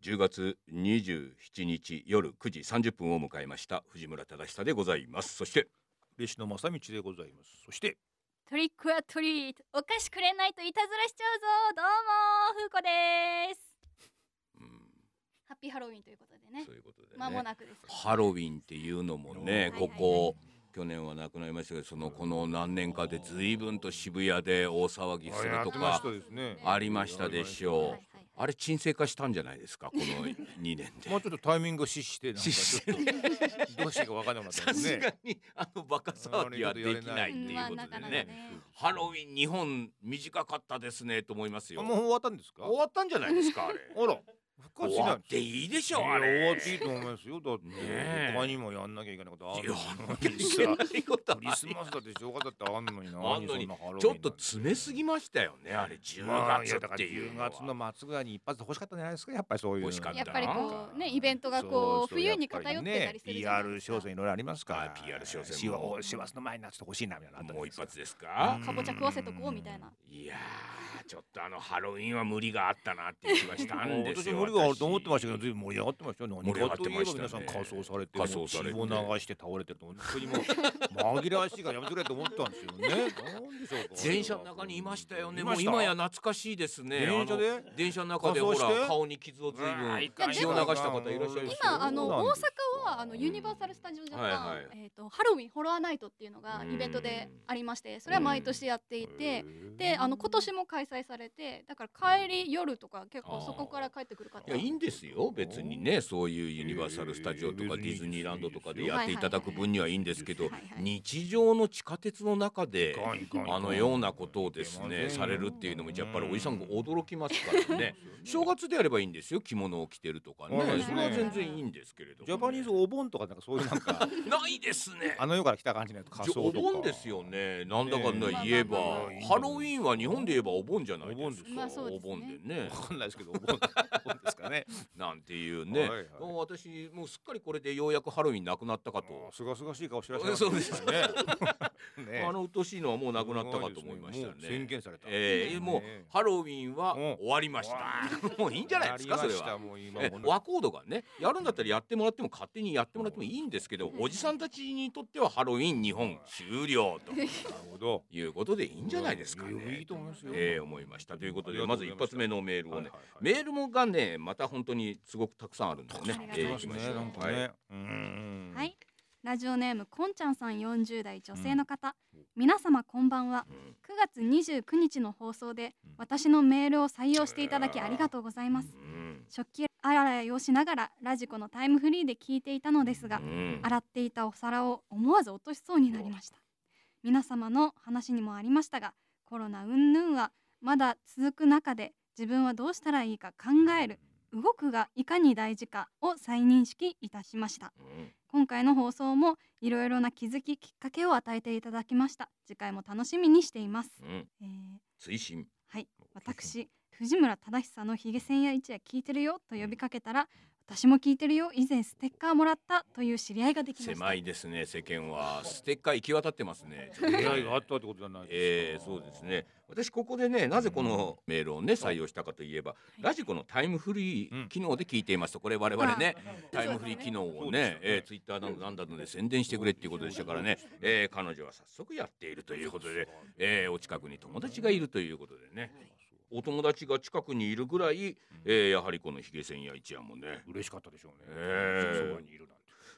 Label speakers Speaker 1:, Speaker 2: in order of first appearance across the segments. Speaker 1: 10月27日夜9時30分を迎えました藤村忠久でございますそして
Speaker 2: 嬉野正道でございますそして
Speaker 3: トリックアトリートお菓子くれないといたずらしちゃうぞどうもふうこです
Speaker 1: うん
Speaker 3: ハッピーハロウィンということでね
Speaker 1: そういうことで
Speaker 3: 間も
Speaker 1: ね
Speaker 3: なくです
Speaker 1: ハロウィンっていうのもね
Speaker 3: は
Speaker 1: こ
Speaker 3: い
Speaker 1: こ去年はなくなりましたけどそのこの何年かで随分と渋谷で大騒ぎすると
Speaker 2: やってま
Speaker 1: か
Speaker 2: したですね
Speaker 1: ありましたでしょう
Speaker 3: はいはいはい
Speaker 1: あれ沈静化したんじゃないですかこの2年で
Speaker 2: もうちょっとタイミングを失してなんか
Speaker 1: 失
Speaker 2: ち ょっとどうしていいか分からなかった
Speaker 1: さ
Speaker 2: です
Speaker 1: す
Speaker 2: ね
Speaker 1: がにあのバカ騒ぎはできないっていう
Speaker 3: まあ
Speaker 1: こ
Speaker 3: な
Speaker 1: と
Speaker 3: か
Speaker 1: で
Speaker 3: なか
Speaker 1: ね。
Speaker 3: ね
Speaker 1: ハロウィン日本短かったですねと思います
Speaker 2: あ
Speaker 1: よ。
Speaker 2: もう終わったんですか
Speaker 1: 終わったんじゃないですかあれ。
Speaker 2: あら復活し
Speaker 1: 終
Speaker 2: な
Speaker 1: わ
Speaker 2: い
Speaker 1: っ
Speaker 2: んです
Speaker 1: ていいでし
Speaker 2: い
Speaker 1: ょ
Speaker 2: や
Speaker 1: あ
Speaker 2: 終わ
Speaker 1: れ
Speaker 2: っ。ていいと思いますよだって、
Speaker 1: ねえ
Speaker 2: 他にもやんなきゃいけないことある
Speaker 1: やんなきゃいけないことあ
Speaker 2: ク
Speaker 1: り
Speaker 2: リスマスだって正月だってあんのにな
Speaker 1: あんのに
Speaker 2: 何そハロウィンなんて
Speaker 1: ちょっと詰めすぎましたよねあれ
Speaker 2: まあ
Speaker 1: 10
Speaker 2: いや
Speaker 1: 月
Speaker 2: だ
Speaker 1: っ
Speaker 2: から
Speaker 1: ていう
Speaker 2: 10
Speaker 1: のは。
Speaker 2: 月の末ぐらいに一発で欲しかったんじゃないですかやっぱりそういう
Speaker 1: 欲しかった
Speaker 3: やっぱりこうねイベントがこう冬に偏ってたりするじゃない
Speaker 2: PR
Speaker 3: ですか
Speaker 2: 商戦いろいろありますから
Speaker 1: PR 商戦
Speaker 2: しわ
Speaker 1: も
Speaker 2: お師走の前になちょっと欲しいなみたいなのあったじゃ
Speaker 1: も
Speaker 2: な
Speaker 1: う
Speaker 2: い
Speaker 1: 一
Speaker 2: ですか
Speaker 1: 発ですか
Speaker 2: うん。
Speaker 3: かぼちゃ食わせとこうみたいな
Speaker 1: うんいやーちょっとあのハロウィンは無理があったなっていう気がしたんですよ。
Speaker 2: もう私無理があると思ってましたけど、ずいぶん盛り上がってましたよ。
Speaker 1: 盛り上
Speaker 2: 何
Speaker 1: が
Speaker 2: か
Speaker 1: っ
Speaker 2: と
Speaker 1: て
Speaker 2: い
Speaker 1: ま
Speaker 2: え
Speaker 1: し
Speaker 2: ば
Speaker 1: たね
Speaker 2: 皆さん仮装されて、
Speaker 1: 仮装されて
Speaker 2: もう血を流して倒れてると、本当にもう紛らわしいからやめてくれと思ったんですよね。なんでしょう か。
Speaker 1: 電車の中にいましたよね。
Speaker 2: い
Speaker 1: もう
Speaker 2: ました
Speaker 1: 今や懐かしいですね。
Speaker 2: 電車で
Speaker 1: あの電車の中でほ
Speaker 2: 仮装して
Speaker 1: ら顔に傷をずいぶ
Speaker 2: うわーい
Speaker 1: ん
Speaker 2: かん
Speaker 1: 血を流した方いらっしゃいます
Speaker 3: 今あの
Speaker 2: そうなん
Speaker 3: 大
Speaker 2: で
Speaker 3: 阪
Speaker 2: す
Speaker 3: はあのユニバーサル・スタジオ・ジャ
Speaker 1: は
Speaker 3: パ
Speaker 1: いはい
Speaker 3: ンえーとハロウィンホラーナイトっていうのがイベントでありましてそれは毎年やっていてであの今年も開催されてだから帰り夜とか結構そこから帰ってくる方
Speaker 1: いやいいんですよ別にねそういうユニバーサル・スタジオとか
Speaker 2: えー
Speaker 1: ディズニーランドとかでやっていただく分にはいいんですけど
Speaker 3: はいはいはい
Speaker 1: 日常の地下鉄の中で
Speaker 2: いかんいかんいかん
Speaker 1: あのようなことをです
Speaker 2: いけません
Speaker 1: ね
Speaker 2: よ
Speaker 1: されるっていうのもやっぱりおじさんが
Speaker 2: うん
Speaker 1: 驚きます からね正月であればいいんですよ着物を着てるとかね
Speaker 2: はいはい
Speaker 1: それは全然いいんですけれども
Speaker 2: ジャパニーズお盆とかなんかそういうなんか
Speaker 1: ないですね
Speaker 2: あの世から来た感じのやつ仮
Speaker 1: じゃ
Speaker 2: 装
Speaker 1: お
Speaker 2: とか。
Speaker 1: 盆ですよ。ね。なんだかんだ言えば、
Speaker 3: まあまあまあ
Speaker 2: まあ
Speaker 1: ハロウィーンは日本で言えばお盆じゃない
Speaker 2: お
Speaker 1: で
Speaker 2: 盆
Speaker 1: す
Speaker 2: で
Speaker 1: か。
Speaker 2: す
Speaker 3: まあそう
Speaker 1: お
Speaker 3: ですね
Speaker 1: 盆でね
Speaker 2: わ。かんないですけどお盆お盆です かね。
Speaker 1: なんていうね。
Speaker 2: はいはい
Speaker 1: もう私もうすっかりこれでようやくハロウィーンなくなったかと。
Speaker 2: すがすがしい顔してらっしゃいます
Speaker 1: そうです
Speaker 2: ね。 ね
Speaker 1: あのうっとうしいのはもうなくなったかと思いましたね。
Speaker 2: もう宣言された
Speaker 1: ええ
Speaker 2: ね
Speaker 1: もうハロウィーンは
Speaker 2: うん
Speaker 1: 終わりました。もういいんじゃないですかそれ
Speaker 2: やりました
Speaker 1: は。
Speaker 2: もう今
Speaker 1: え
Speaker 2: もう
Speaker 1: 和コードがねやるんだったらやってもらっても勝手にやってもらってもいいんですけど
Speaker 3: うん
Speaker 1: おじさんたちにとってはハロウィーン日本終了と
Speaker 2: なるほど。
Speaker 1: いうことでいいんじゃないですかね。
Speaker 2: やいいと思いますよ。
Speaker 1: ええ思いましたということ
Speaker 2: あ
Speaker 1: で
Speaker 2: り
Speaker 1: ま
Speaker 2: が
Speaker 1: ず
Speaker 2: とう
Speaker 1: 一
Speaker 2: ございまし
Speaker 1: 発
Speaker 2: た
Speaker 1: 目のメールをね、
Speaker 2: はいはいはい
Speaker 1: メールもがねまた本当にすごくたくさんあるんで
Speaker 3: くさ
Speaker 1: ね
Speaker 3: んありがとうございます
Speaker 1: ええ行きましょ
Speaker 2: ますね
Speaker 1: う
Speaker 2: なんか
Speaker 1: はい
Speaker 2: ね。うん
Speaker 3: はい。ラジオネームこんちゃんさん40代女性の方、皆様こんばんは
Speaker 1: うん
Speaker 3: 9月29日の放送で
Speaker 2: うん
Speaker 3: 私のメールを採用していただきありがとうございます
Speaker 1: うん
Speaker 3: 食器洗いをしながらラジコのタイムフリーで聞いていたのですが
Speaker 1: うん
Speaker 3: 洗っていたお皿を思わず落としそうになりました皆様の話にもありましたがコロナ云々はまだ続く中で自分はどうしたらいいか考える動くがいかに大事かを再認識いたしました
Speaker 1: うん
Speaker 3: 今回の放送もいろいろな気づききっかけを与えていただきました次回も楽しみにしています、
Speaker 1: うん
Speaker 3: えー
Speaker 1: 追伸
Speaker 3: はい私藤村忠久のひげ千夜一夜聞いてるよと呼びかけたら私も聞いてるよ以前ステッカーもらったという知り合いができました
Speaker 1: 狭いですね世間はステッカー行き渡ってますね
Speaker 2: 出会いがあったってことじゃない
Speaker 1: ええ
Speaker 2: ですか。
Speaker 1: そうですね私ここでねなぜこのメールをね採用したかといえば、
Speaker 3: い
Speaker 1: ラジコのタイムフリー機能で聞いていますとこれ我々ね、タイムフリー機能
Speaker 2: そ
Speaker 1: を
Speaker 2: うです
Speaker 1: ね
Speaker 2: よね
Speaker 1: えーツイッターなどなんだので宣伝してくれっていうことでしたからね、えー彼女は早速やっているということで、えーお近くに友達がいるということでねお友達が近くにいるぐらい、えーやはりこのひげ千や一夜もね
Speaker 2: 嬉しかったでしょうね。
Speaker 1: ええ
Speaker 2: そばにいるなんて。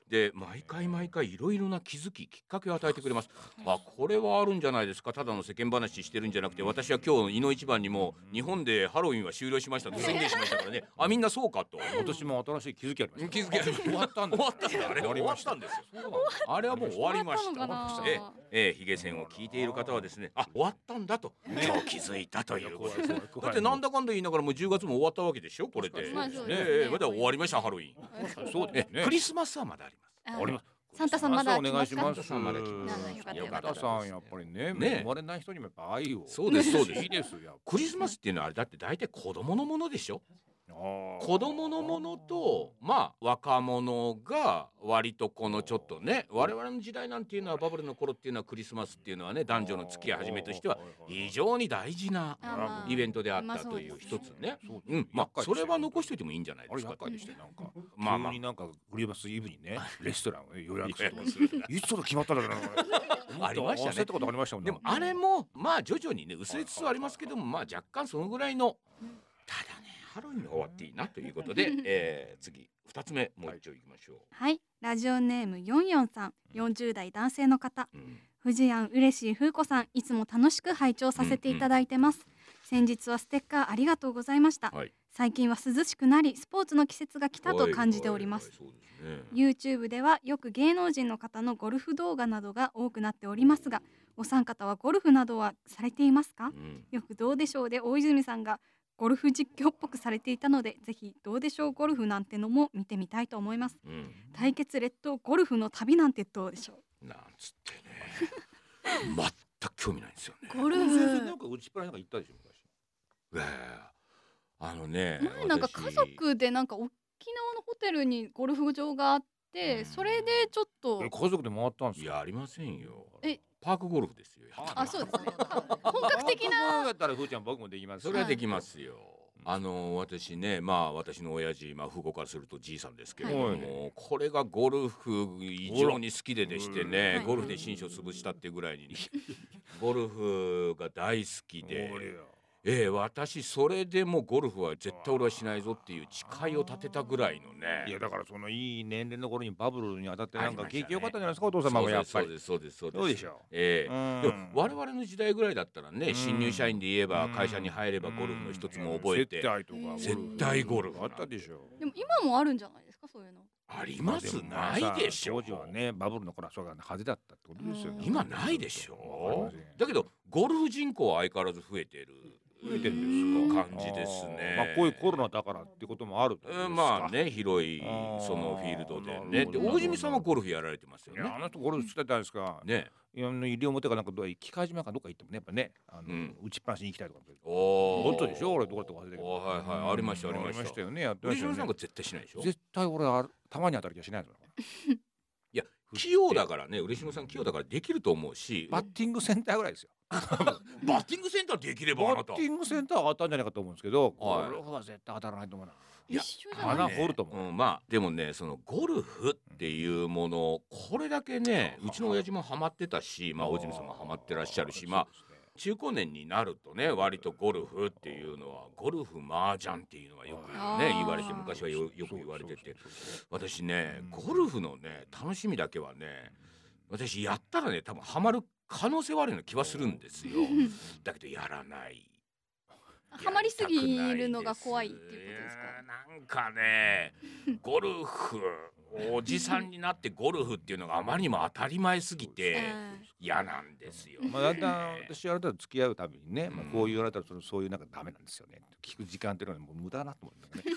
Speaker 1: で毎回毎回いろいろな気づききっかけを与えてくれますあこれはあるんじゃないですかただの世間話してるんじゃなくて私は今日井の一番にも日本でハロウィンは終了しましたと宣言しましたから ねあみんなそうかと
Speaker 2: 今年も新しい気づきありました。
Speaker 1: 気づきありました
Speaker 2: 終わったんだ。
Speaker 1: 終わったんだあれ終わったんですよあれはもう終わりまし
Speaker 3: 終わったの
Speaker 1: た
Speaker 3: かな
Speaker 1: ええええヒゲ線を聞いている方はですねあ終わったんだと今日気づいたということですねだってなんだかんだ言いながらもう10月も終わったわけでしょこれで
Speaker 3: まあそうですね
Speaker 1: ええまだ終わりましたハロウィン
Speaker 2: そうで
Speaker 1: え
Speaker 2: す
Speaker 1: え
Speaker 2: ね。
Speaker 1: クリスマスはまだあります
Speaker 3: あ
Speaker 2: あります。
Speaker 3: サンタさんまだ
Speaker 2: お
Speaker 3: 来
Speaker 2: 願
Speaker 3: ま
Speaker 2: い
Speaker 3: す
Speaker 2: し
Speaker 3: か
Speaker 2: ます。
Speaker 1: サンタさんまだ来ます
Speaker 3: なんだよ
Speaker 2: サン
Speaker 3: かったよかった
Speaker 2: タさんやっぱりね、
Speaker 1: ね
Speaker 2: 生まれない人にもやっぱ愛を。
Speaker 1: そうですそうです
Speaker 2: いいですよ。
Speaker 1: クリスマスっていうのはあれだって大体子供のものでしょ子供のものとまあ若者が割とこのちょっとね我々の時代なんていうのはバブルの頃っていうのはクリスマスっていうのはね男女の付き合い始めとしては非常に大事な
Speaker 3: あまあ
Speaker 1: イベントであっ
Speaker 3: まあ
Speaker 1: たという一つね。
Speaker 2: そうです
Speaker 1: う
Speaker 2: ね
Speaker 1: ん、まあそれは残しとい
Speaker 2: て
Speaker 1: てもいいんじゃない
Speaker 2: あ
Speaker 1: で
Speaker 2: れ
Speaker 1: すか
Speaker 2: 厄。介でしたよなんか
Speaker 1: まあまあ
Speaker 2: 急になんかクリスマスイブに ねレストランを予約するとか
Speaker 1: 予約する
Speaker 2: いつそれ決まったんだろうなこれ
Speaker 1: ありましたね
Speaker 2: 焦ったことありましたもん
Speaker 1: で
Speaker 2: ね
Speaker 1: もあれもまあ徐々にね薄れつつはありますけどもまあ若干そのぐらいのただねハロウィンが終わっていいなということで、えー次二つ目もう一丁いきましょ
Speaker 3: はいラジオネームヨンヨンさん40代男性の方
Speaker 1: う。うん
Speaker 3: 藤庵嬉しい風子さんいつも楽しく拝聴させていただいてます、先日はステッカーありがとうございました、
Speaker 1: はい
Speaker 3: 最近は涼しくなりスポーツの季節が来たと感じております、
Speaker 1: はいはいはいそうですね
Speaker 3: YouTube ではよく芸能人の方のゴルフ動画などが多くなっておりますがお三方はゴルフなどはされていますか
Speaker 1: うん
Speaker 3: よく「どうでしょう」で大泉さんがゴルフ実況っぽくされていたのでぜひ「どうでしょうゴルフ」なんてのも見てみたいと思います
Speaker 1: うん
Speaker 3: 対決列島ゴルフの旅なんてどうでしょ
Speaker 1: なんつってね全く興味ないんです よね。
Speaker 3: うゴル
Speaker 2: 先生なんか打ちっぱらなんか行ったでしょ昔
Speaker 1: ええあのね、
Speaker 4: 前なんか
Speaker 1: 私
Speaker 4: 家族でなんか沖縄のホテルにゴルフ場があって、
Speaker 1: うん
Speaker 4: それでちょっと
Speaker 2: え家族で回ったんで
Speaker 1: い
Speaker 2: すか
Speaker 1: やありませんよ。
Speaker 4: え
Speaker 1: パークゴルフですよ。
Speaker 2: あ
Speaker 4: あ そうですね本格的な
Speaker 2: なだったらふーちゃん僕もできます
Speaker 1: それはできますよ。あの私ねまあ私の親父まあ父母からするとじいさんですけれども、これがゴルフ異常に好きででして
Speaker 3: ほ
Speaker 1: ね
Speaker 3: ら
Speaker 1: ゴルフで心身を潰したってぐらいにゴルフが大好きで
Speaker 2: おりゃ
Speaker 1: ええ私それでもうゴルフは絶対俺はしないぞっていう誓いを立てたぐらいのね
Speaker 2: いやだからそのいい年齢の頃にバブルに当たって
Speaker 1: あ
Speaker 2: な
Speaker 1: り
Speaker 2: ん
Speaker 1: ま
Speaker 2: か
Speaker 1: したね
Speaker 2: 景気良かったんじゃないですかお父様もやっぱり
Speaker 1: そうですそうですそうです
Speaker 2: どうでしょ
Speaker 1: え
Speaker 2: う
Speaker 1: え
Speaker 2: ん
Speaker 1: でも我々の時代ぐらいだったらね、
Speaker 2: うん
Speaker 1: 新入社員で言えば
Speaker 2: うん
Speaker 1: 会社に入ればゴルフの一つも覚えて、
Speaker 2: 接待とかゴルフ
Speaker 1: 接待ゴルフ
Speaker 2: あったでしょ
Speaker 4: でも今もあるんじゃないですかそういうの
Speaker 1: ありますないでしょ
Speaker 2: 当時はねバブルの頃はそうが派手だったってことですよね
Speaker 1: 今ないでしょ
Speaker 2: わかりません
Speaker 1: だけどゴルフ人口は相変わらず増えている
Speaker 2: 増えてる
Speaker 3: んですか
Speaker 1: 感じですね
Speaker 2: あーまあこういうコロナだからってこともあるってことです
Speaker 1: う
Speaker 2: か
Speaker 1: んまあね広い
Speaker 2: あー
Speaker 1: そのフィールドで
Speaker 2: な
Speaker 1: ね
Speaker 2: るほ
Speaker 1: で
Speaker 2: ど
Speaker 1: 大泉さんはゴルフやられてますよ
Speaker 2: いやあ
Speaker 1: ね
Speaker 2: の人ゴルフしてたじゃないですか
Speaker 1: ね
Speaker 2: いやあの西表かなんかどう機械島かどっか行ってもねやっぱねあの、
Speaker 1: うん
Speaker 2: 打ちっぱなしに行きたいとか
Speaker 1: お
Speaker 2: お
Speaker 1: お
Speaker 2: っとでしょ俺どこだったか忘れたけど
Speaker 1: おはいはいありましたありました
Speaker 2: ありましたよねやってま
Speaker 1: 大
Speaker 2: した
Speaker 1: 泉
Speaker 2: よね
Speaker 1: さんが絶対しないでしょ
Speaker 2: 絶対俺あたまに当たる気はしないの
Speaker 1: 器用だからね嬉野さん器用だからできると思うし
Speaker 2: バッティングセンターぐらいですよ
Speaker 1: バッティングセンターできればあ
Speaker 2: バ
Speaker 1: な
Speaker 2: ッ
Speaker 1: た
Speaker 2: ティングセンターは当たんじゃないかと思うんですけど、
Speaker 1: はい
Speaker 2: ゴルフは絶対当たらないと思うな。
Speaker 1: いや
Speaker 4: 一緒じゃ
Speaker 2: 穴
Speaker 4: ない
Speaker 2: 掘ると思う。
Speaker 1: うん、まあでもねそのゴルフっていうものこれだけねうちの親父もハマってたし、まあ、大泉さんもハマってらっしゃるしまあ中高年になるとね割とゴルフっていうのはゴルフ麻雀っていうのはよく
Speaker 4: あ
Speaker 1: ね
Speaker 4: ー
Speaker 1: 言われて昔はよよく言われてて私ねゴルフのね楽しみだけはね私やったらね多分ハマる可能性はあるような気はするんですよ だけどやらない。
Speaker 4: ハマりすぎるのが怖いっていうことですか
Speaker 1: か。なんかね、ゴルフ、おじさんになってゴルフっていうのがあまりにも当たり前すぎて嫌なんですよ。
Speaker 2: まあ、だんだん私言われたら付き合うたびにね、まあ
Speaker 1: うん、
Speaker 2: こう言われたらそのそういうなんかダメなんですよね聞く時間っていうのはもう無駄だなと思うんだよ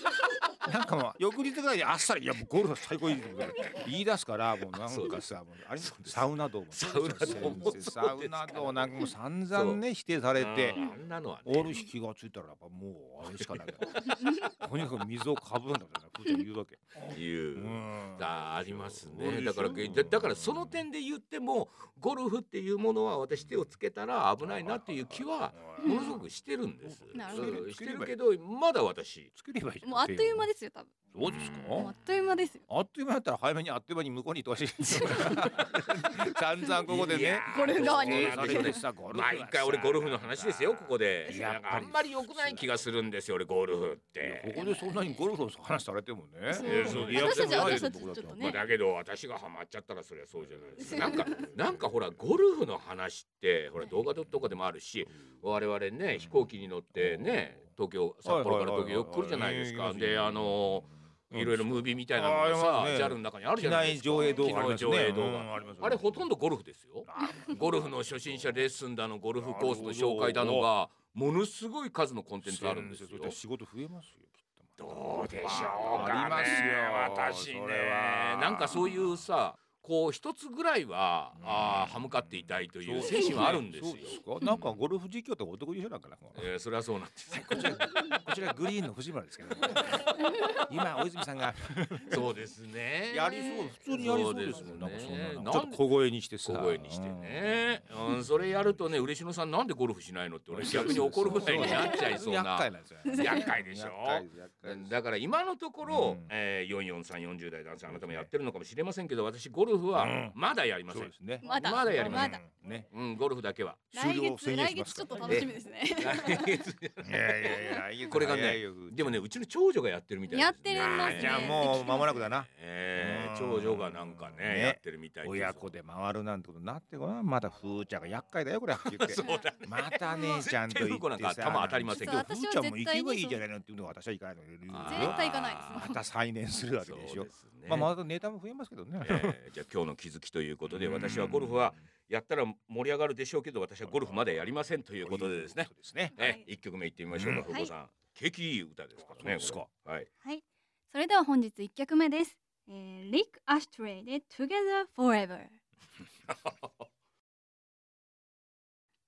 Speaker 2: ね なんかもう翌日ぐらいにあっさり「いやもうゴルフは最高いい」とか言い出すからもうな
Speaker 1: そうんで
Speaker 2: かさもうあれサウナ道も
Speaker 1: サウナ道もそうですか
Speaker 2: サ
Speaker 1: ら
Speaker 2: ウナ道なんかもう散々ね否定されて
Speaker 1: うんあんなのは
Speaker 2: オール
Speaker 1: ね。
Speaker 2: 引きがついたらやっぱもうあれしかないとにかく水をかぶるんだからなふーちゃん言うわけ
Speaker 1: いう。
Speaker 2: うん
Speaker 1: ああります
Speaker 2: そうで
Speaker 1: ね
Speaker 2: しょ
Speaker 1: だからだだからその点で言ってもゴルフっていうものは私手をつけたら危ないなっていう気はものすごくしてるんです
Speaker 2: うん
Speaker 4: なるほど
Speaker 1: うんしてるけどまだ私
Speaker 2: つければいいじゃん
Speaker 4: もうあっという間
Speaker 2: で
Speaker 4: ですよ多分
Speaker 2: そうですか
Speaker 1: うん
Speaker 4: もうあっという間ですよ
Speaker 2: あっという間だったら早めにあっという間に向こう に行ってほしい。散々ここで
Speaker 1: いや
Speaker 2: ね。
Speaker 1: ー
Speaker 4: ゴルフ側に
Speaker 1: そうなんでしょうね
Speaker 2: さゴルフは
Speaker 1: まあ
Speaker 2: さ
Speaker 1: 一回俺ゴルフの話です よここで
Speaker 2: や
Speaker 1: な
Speaker 2: っぱり
Speaker 1: んかあんまり良くない気がするんですよ俺ゴルフっ
Speaker 2: いや
Speaker 1: て
Speaker 2: ここでそんなにゴルフの話されてもね。
Speaker 4: そう
Speaker 1: いやそう
Speaker 2: リアクションない
Speaker 4: 私たち
Speaker 2: とこだ
Speaker 4: 私たちちょっと
Speaker 1: まあ
Speaker 4: ね
Speaker 1: だけど私がハマっちゃったらそりゃそうじゃないですか
Speaker 4: そ
Speaker 1: な
Speaker 4: うん
Speaker 1: かなんかほらゴルフの話ってほら動画とかでもあるし我々ね飛行機に乗ってね東京札幌から東京よく来るじゃないです
Speaker 2: はい
Speaker 1: か
Speaker 2: はいはい
Speaker 1: であのいろいろムービーみたいなの
Speaker 2: あ
Speaker 1: が
Speaker 2: り
Speaker 1: さ
Speaker 2: ますね
Speaker 1: JAL の中にあるじゃないですか
Speaker 2: 機内上映動画ありますね
Speaker 1: 機内上映動
Speaker 2: うんあります
Speaker 1: 画あれほとんどゴルフですよ
Speaker 2: あ
Speaker 1: ゴルフの初心者レッスンだのゴルフコースの紹介だのがものすごい数のコンテンツあるんですよ。
Speaker 2: そう仕事増えますよ。きっと
Speaker 1: どうでし
Speaker 2: ありますよ
Speaker 1: 私
Speaker 2: それは
Speaker 1: ねなんかそういうさこう一つぐらいは、
Speaker 2: うん
Speaker 1: あー歯向かっていたいという
Speaker 2: そうで
Speaker 1: 精
Speaker 2: す
Speaker 1: 神はあるんですよ
Speaker 2: そう。ですか。なんかゴルフ実況って男優勝 だから。
Speaker 1: えーそれはそうなんです。
Speaker 2: こちら、こちらグリーンの藤村 ですけど、今大泉さんが
Speaker 1: そうですね。
Speaker 2: やりそう、普通にやりそうですもん。なんかそんな、ちょっと小声にしてさ、
Speaker 1: 小声にしてね、うん、それやるとね嬉野さんなんでゴルフしないのって
Speaker 2: うん。
Speaker 1: 俺逆に怒るぐらいになっちゃいそうな
Speaker 2: 厄介なんですよね。
Speaker 1: 厄介でしょ
Speaker 2: 厄介です厄介です
Speaker 1: だから今のところ、
Speaker 2: うん
Speaker 1: えー、4430代男性あなたもやってるのかもしれませんけど私ゴルフはまだやりませ
Speaker 2: そ
Speaker 1: ん、う
Speaker 2: うんですね。
Speaker 4: まだ
Speaker 1: まだやりません
Speaker 4: だ
Speaker 2: ね。
Speaker 1: ゴルフだけは
Speaker 2: 終
Speaker 4: 来
Speaker 2: 了を
Speaker 4: 月
Speaker 2: 宣言
Speaker 4: 来
Speaker 2: しま
Speaker 4: 月
Speaker 2: す
Speaker 4: ち
Speaker 2: か
Speaker 4: ょっと
Speaker 2: ら
Speaker 4: 楽しみですね。
Speaker 2: いやいやいや来月
Speaker 1: これがね
Speaker 2: 早いよ
Speaker 1: でもねうちの長女がやってるみたいですね
Speaker 4: やってますね
Speaker 1: あー
Speaker 2: じゃあもう間もなくだな。
Speaker 1: えー
Speaker 2: うん
Speaker 1: 長女がなんかね
Speaker 2: ね
Speaker 1: やってるみたいです
Speaker 2: 親子で回るなんてことになってごらんまたふーちゃんが厄介だよこれって 言って
Speaker 1: そうだね
Speaker 2: また姉ちゃんと
Speaker 1: 絶対
Speaker 2: 言
Speaker 1: ふーこ
Speaker 2: っ
Speaker 1: なん
Speaker 2: て
Speaker 1: か
Speaker 2: さ
Speaker 1: 頭当たりませんけど
Speaker 2: ふーちゃんも行けばいいじゃないのって言うのが私は行かないのよ
Speaker 1: あー
Speaker 4: 絶対行かないです
Speaker 2: また再燃するわけでし
Speaker 1: そう
Speaker 2: ょ
Speaker 1: ですね
Speaker 2: まあまたネタも増えますけどね
Speaker 1: えーじゃあ今日の気づきということで
Speaker 2: うん
Speaker 1: 私はゴルフはやったら盛り上がるでしょうけど私はゴルフまだやりませんということでですね
Speaker 2: ということです ね
Speaker 1: えー
Speaker 4: はい
Speaker 1: 一、曲目いってみましょうか、
Speaker 2: うん
Speaker 1: ふうこさん、景気いい歌ですからね
Speaker 2: そうですか
Speaker 1: これはい
Speaker 3: はい。それでは本日一曲目です。えー、リック・アシュトレイで Together Forever。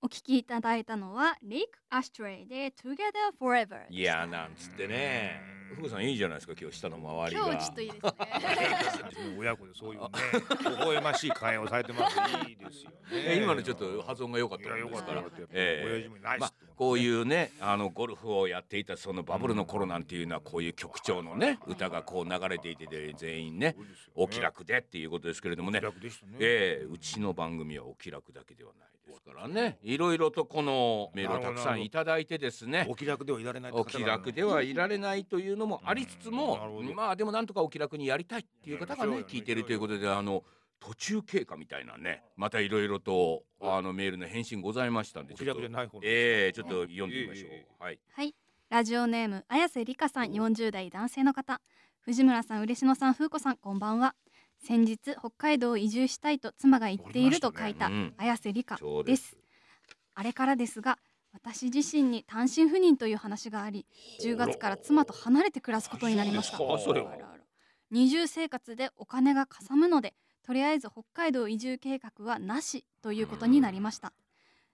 Speaker 3: お聞きいただいたのはリック・アシュトレイで Together Forever でした。
Speaker 1: いやーなんつってね
Speaker 2: うん
Speaker 1: ふうこさんいいじゃないですか今日下の周りが
Speaker 4: 今日ちょっといいですね。
Speaker 2: 親子でそういうね微笑ましい会話をされてますいいですよ
Speaker 1: え
Speaker 2: ね
Speaker 1: ー今のちょっと発音が良かった
Speaker 2: いや
Speaker 1: も
Speaker 2: よ
Speaker 1: んで
Speaker 2: か
Speaker 1: す
Speaker 2: っ
Speaker 1: か
Speaker 2: た
Speaker 1: ら
Speaker 2: よかったやっぱ
Speaker 1: ええ
Speaker 2: 親父もナイス
Speaker 1: まあこういうねあのゴルフをやっていたそのバブルの頃なんていうのはこういう曲調のね歌がこう流れていてで全員ねお気楽でっていうことですけれどもね
Speaker 2: お気楽でしたね
Speaker 1: ええうちの番組はお気楽だけではないですからねいろいろとこのメールをたくさんいただいてですね
Speaker 2: お気楽ではいられないって
Speaker 1: お
Speaker 2: 方
Speaker 1: 気
Speaker 2: 々も
Speaker 1: 楽ではいられないというのもありつつ
Speaker 2: うんなる
Speaker 1: も
Speaker 2: ほど
Speaker 1: まあでもなんとかお気楽にやりたいっていう方が
Speaker 2: や
Speaker 1: ね
Speaker 2: りましょう
Speaker 1: 聞
Speaker 2: よ
Speaker 1: いてるということであの途中経過みたいなねまたいろいろとあのメールの返信ございましたんで
Speaker 2: お
Speaker 1: ち
Speaker 2: 気
Speaker 1: ょっ
Speaker 2: 楽
Speaker 1: と
Speaker 2: じゃない方の
Speaker 1: ええちょっと読んでみましょ
Speaker 2: えええ
Speaker 1: うはい
Speaker 3: はい。 ラジオネーム綾瀬理香さん40代男性の方藤村さん嬉野さん風子さんこんばんは先日北海道を移住したいと妻が言っていると書いた
Speaker 1: おりましたね
Speaker 3: 綾瀬理香
Speaker 1: そう
Speaker 3: で
Speaker 1: です
Speaker 3: すあれからですが私自身に単身赴任という話があり10月から妻と離れて暮らすことになりました
Speaker 2: あそうですかそれは
Speaker 3: あらあら二重生活でお金がかさむのでとりあえず北海道移住計画はなしということになりました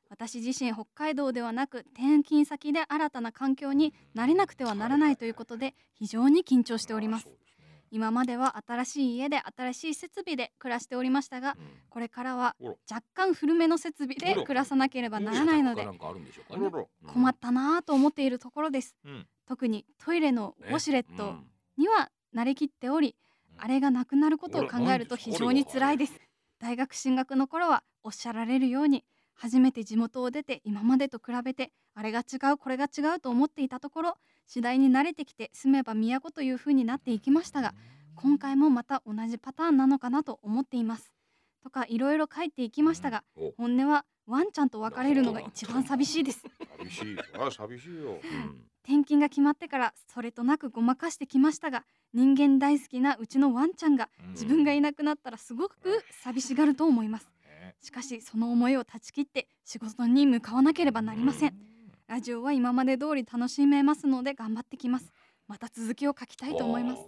Speaker 3: 私自身北海道ではなく転勤先で新たな環境に慣れなくてはならないということで非常に緊張しております今までは新しい家で新しい設備で暮らしておりましたが
Speaker 1: うん
Speaker 3: これからは
Speaker 2: おろ
Speaker 3: 若干古めの設備で暮らさなければならないので
Speaker 1: なんかあるんでしょうか
Speaker 2: あら
Speaker 1: ね
Speaker 2: ら
Speaker 1: うん
Speaker 3: 困ったなぁと思っているところです、
Speaker 2: うん
Speaker 3: 特にトイレのウ
Speaker 1: ね
Speaker 3: ォシュレッ
Speaker 1: う
Speaker 3: ト
Speaker 1: ん
Speaker 3: には慣れきっており、
Speaker 1: うん
Speaker 3: あれがなくなることを考えると非常に辛いです大学進学の頃はおっしゃられるように初めて地元を出て今までと比べてあれが違うこれが違うと思っていたところ次第に慣れてきて住めば都という風になっていきましたが今回もまた同じパターンなのかなと思っていますとかいろいろ書いていきましたが
Speaker 1: お
Speaker 3: 本音はワンちゃんと別れるのが一番寂しいです
Speaker 2: 寂しいあ寂しいよ
Speaker 1: うん
Speaker 3: 転勤が決まってからそれとなくごまかしてきましたが人間大好きなうちのワンちゃんが自分がいなくなったらすごく寂しがると思いますしかしその思いを断ち切って仕事に向かわなければなりませんラジオは今まで通り楽しめますので頑張ってきますまた続きを書きたいと思います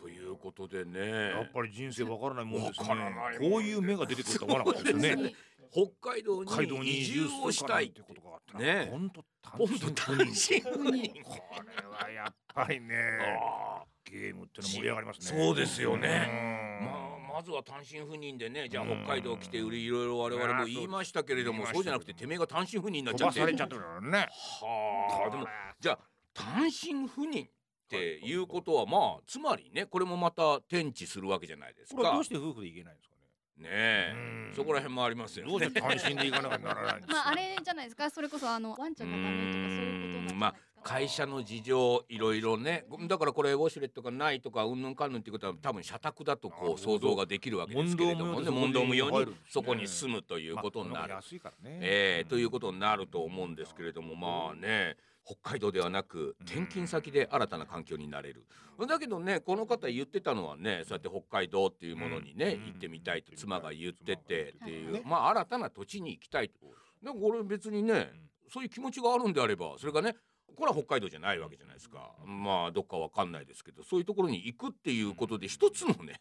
Speaker 1: ということで
Speaker 2: や
Speaker 1: ね
Speaker 2: っぱり人生わからないもんですね
Speaker 1: わからないもんね
Speaker 2: こういう目が出てくるとは思わなかったですよね
Speaker 1: 北海道
Speaker 2: 街道に
Speaker 1: に
Speaker 2: 移
Speaker 1: 移
Speaker 2: 住
Speaker 1: 住をしたい
Speaker 2: っ
Speaker 1: ってて
Speaker 2: こ
Speaker 1: ことと
Speaker 2: があった
Speaker 1: ねえ
Speaker 2: 本当
Speaker 1: ポンと単身赴任
Speaker 2: これはやっぱりね
Speaker 1: あ
Speaker 2: ゲームってのは盛り上がりますね
Speaker 1: そうですよ
Speaker 2: ね
Speaker 1: あまあまずは単身赴任でねじゃあ
Speaker 2: うん
Speaker 1: 北海道来て売りいろいろ我々も言いましたけれども
Speaker 2: ああ
Speaker 1: そ
Speaker 2: そ
Speaker 1: う
Speaker 2: うです
Speaker 1: じゃなくててめえが単身赴任になっ
Speaker 2: 飛
Speaker 1: ちゃ
Speaker 2: ば
Speaker 1: って
Speaker 2: されちゃってるからね
Speaker 1: はあでもじゃあ単身赴任っていうことはまあつまりねこれもまた転地するわけじゃないです
Speaker 2: これはど
Speaker 1: か
Speaker 2: うして夫婦で行けないんですかね
Speaker 1: ねえ
Speaker 2: うん
Speaker 1: そこら辺もありますよ
Speaker 2: どう
Speaker 1: ね
Speaker 2: して単身で行かなきゃならないん ですか
Speaker 4: まああれじゃないですか。それこそあのワンちゃんがダメとかそういうことなんじゃないですか。
Speaker 1: まあ会社の事情いろいろねだからこれウォシュレットがないとかうんぬんかんぬんっていうことは多分社宅だと
Speaker 2: なる
Speaker 1: こ
Speaker 2: ほど
Speaker 1: う想像ができるわけですけれどもね
Speaker 2: 問
Speaker 1: 問
Speaker 2: 答
Speaker 1: 答
Speaker 2: 無
Speaker 1: 無
Speaker 2: 用
Speaker 1: 用
Speaker 2: で
Speaker 1: にそこに住むとい
Speaker 2: いう
Speaker 1: ことになる。
Speaker 2: 安いからね
Speaker 1: えーということになると思うんですけれどもまあね北海道ではなく転勤先で新たな環境になれるだけどねこの方言ってたのはねそうやって北海道っていうものにね
Speaker 2: うん
Speaker 1: 行ってみたいと妻が言っててってい
Speaker 2: ね
Speaker 1: うまあ新たな土地に行きたいと。でもこれ別にねそういう気持ちがあるんであればそれがねこれは北海道じゃないわけじゃないですかまあどっかわかんないですけどそういうところに行くっていうことで一つのね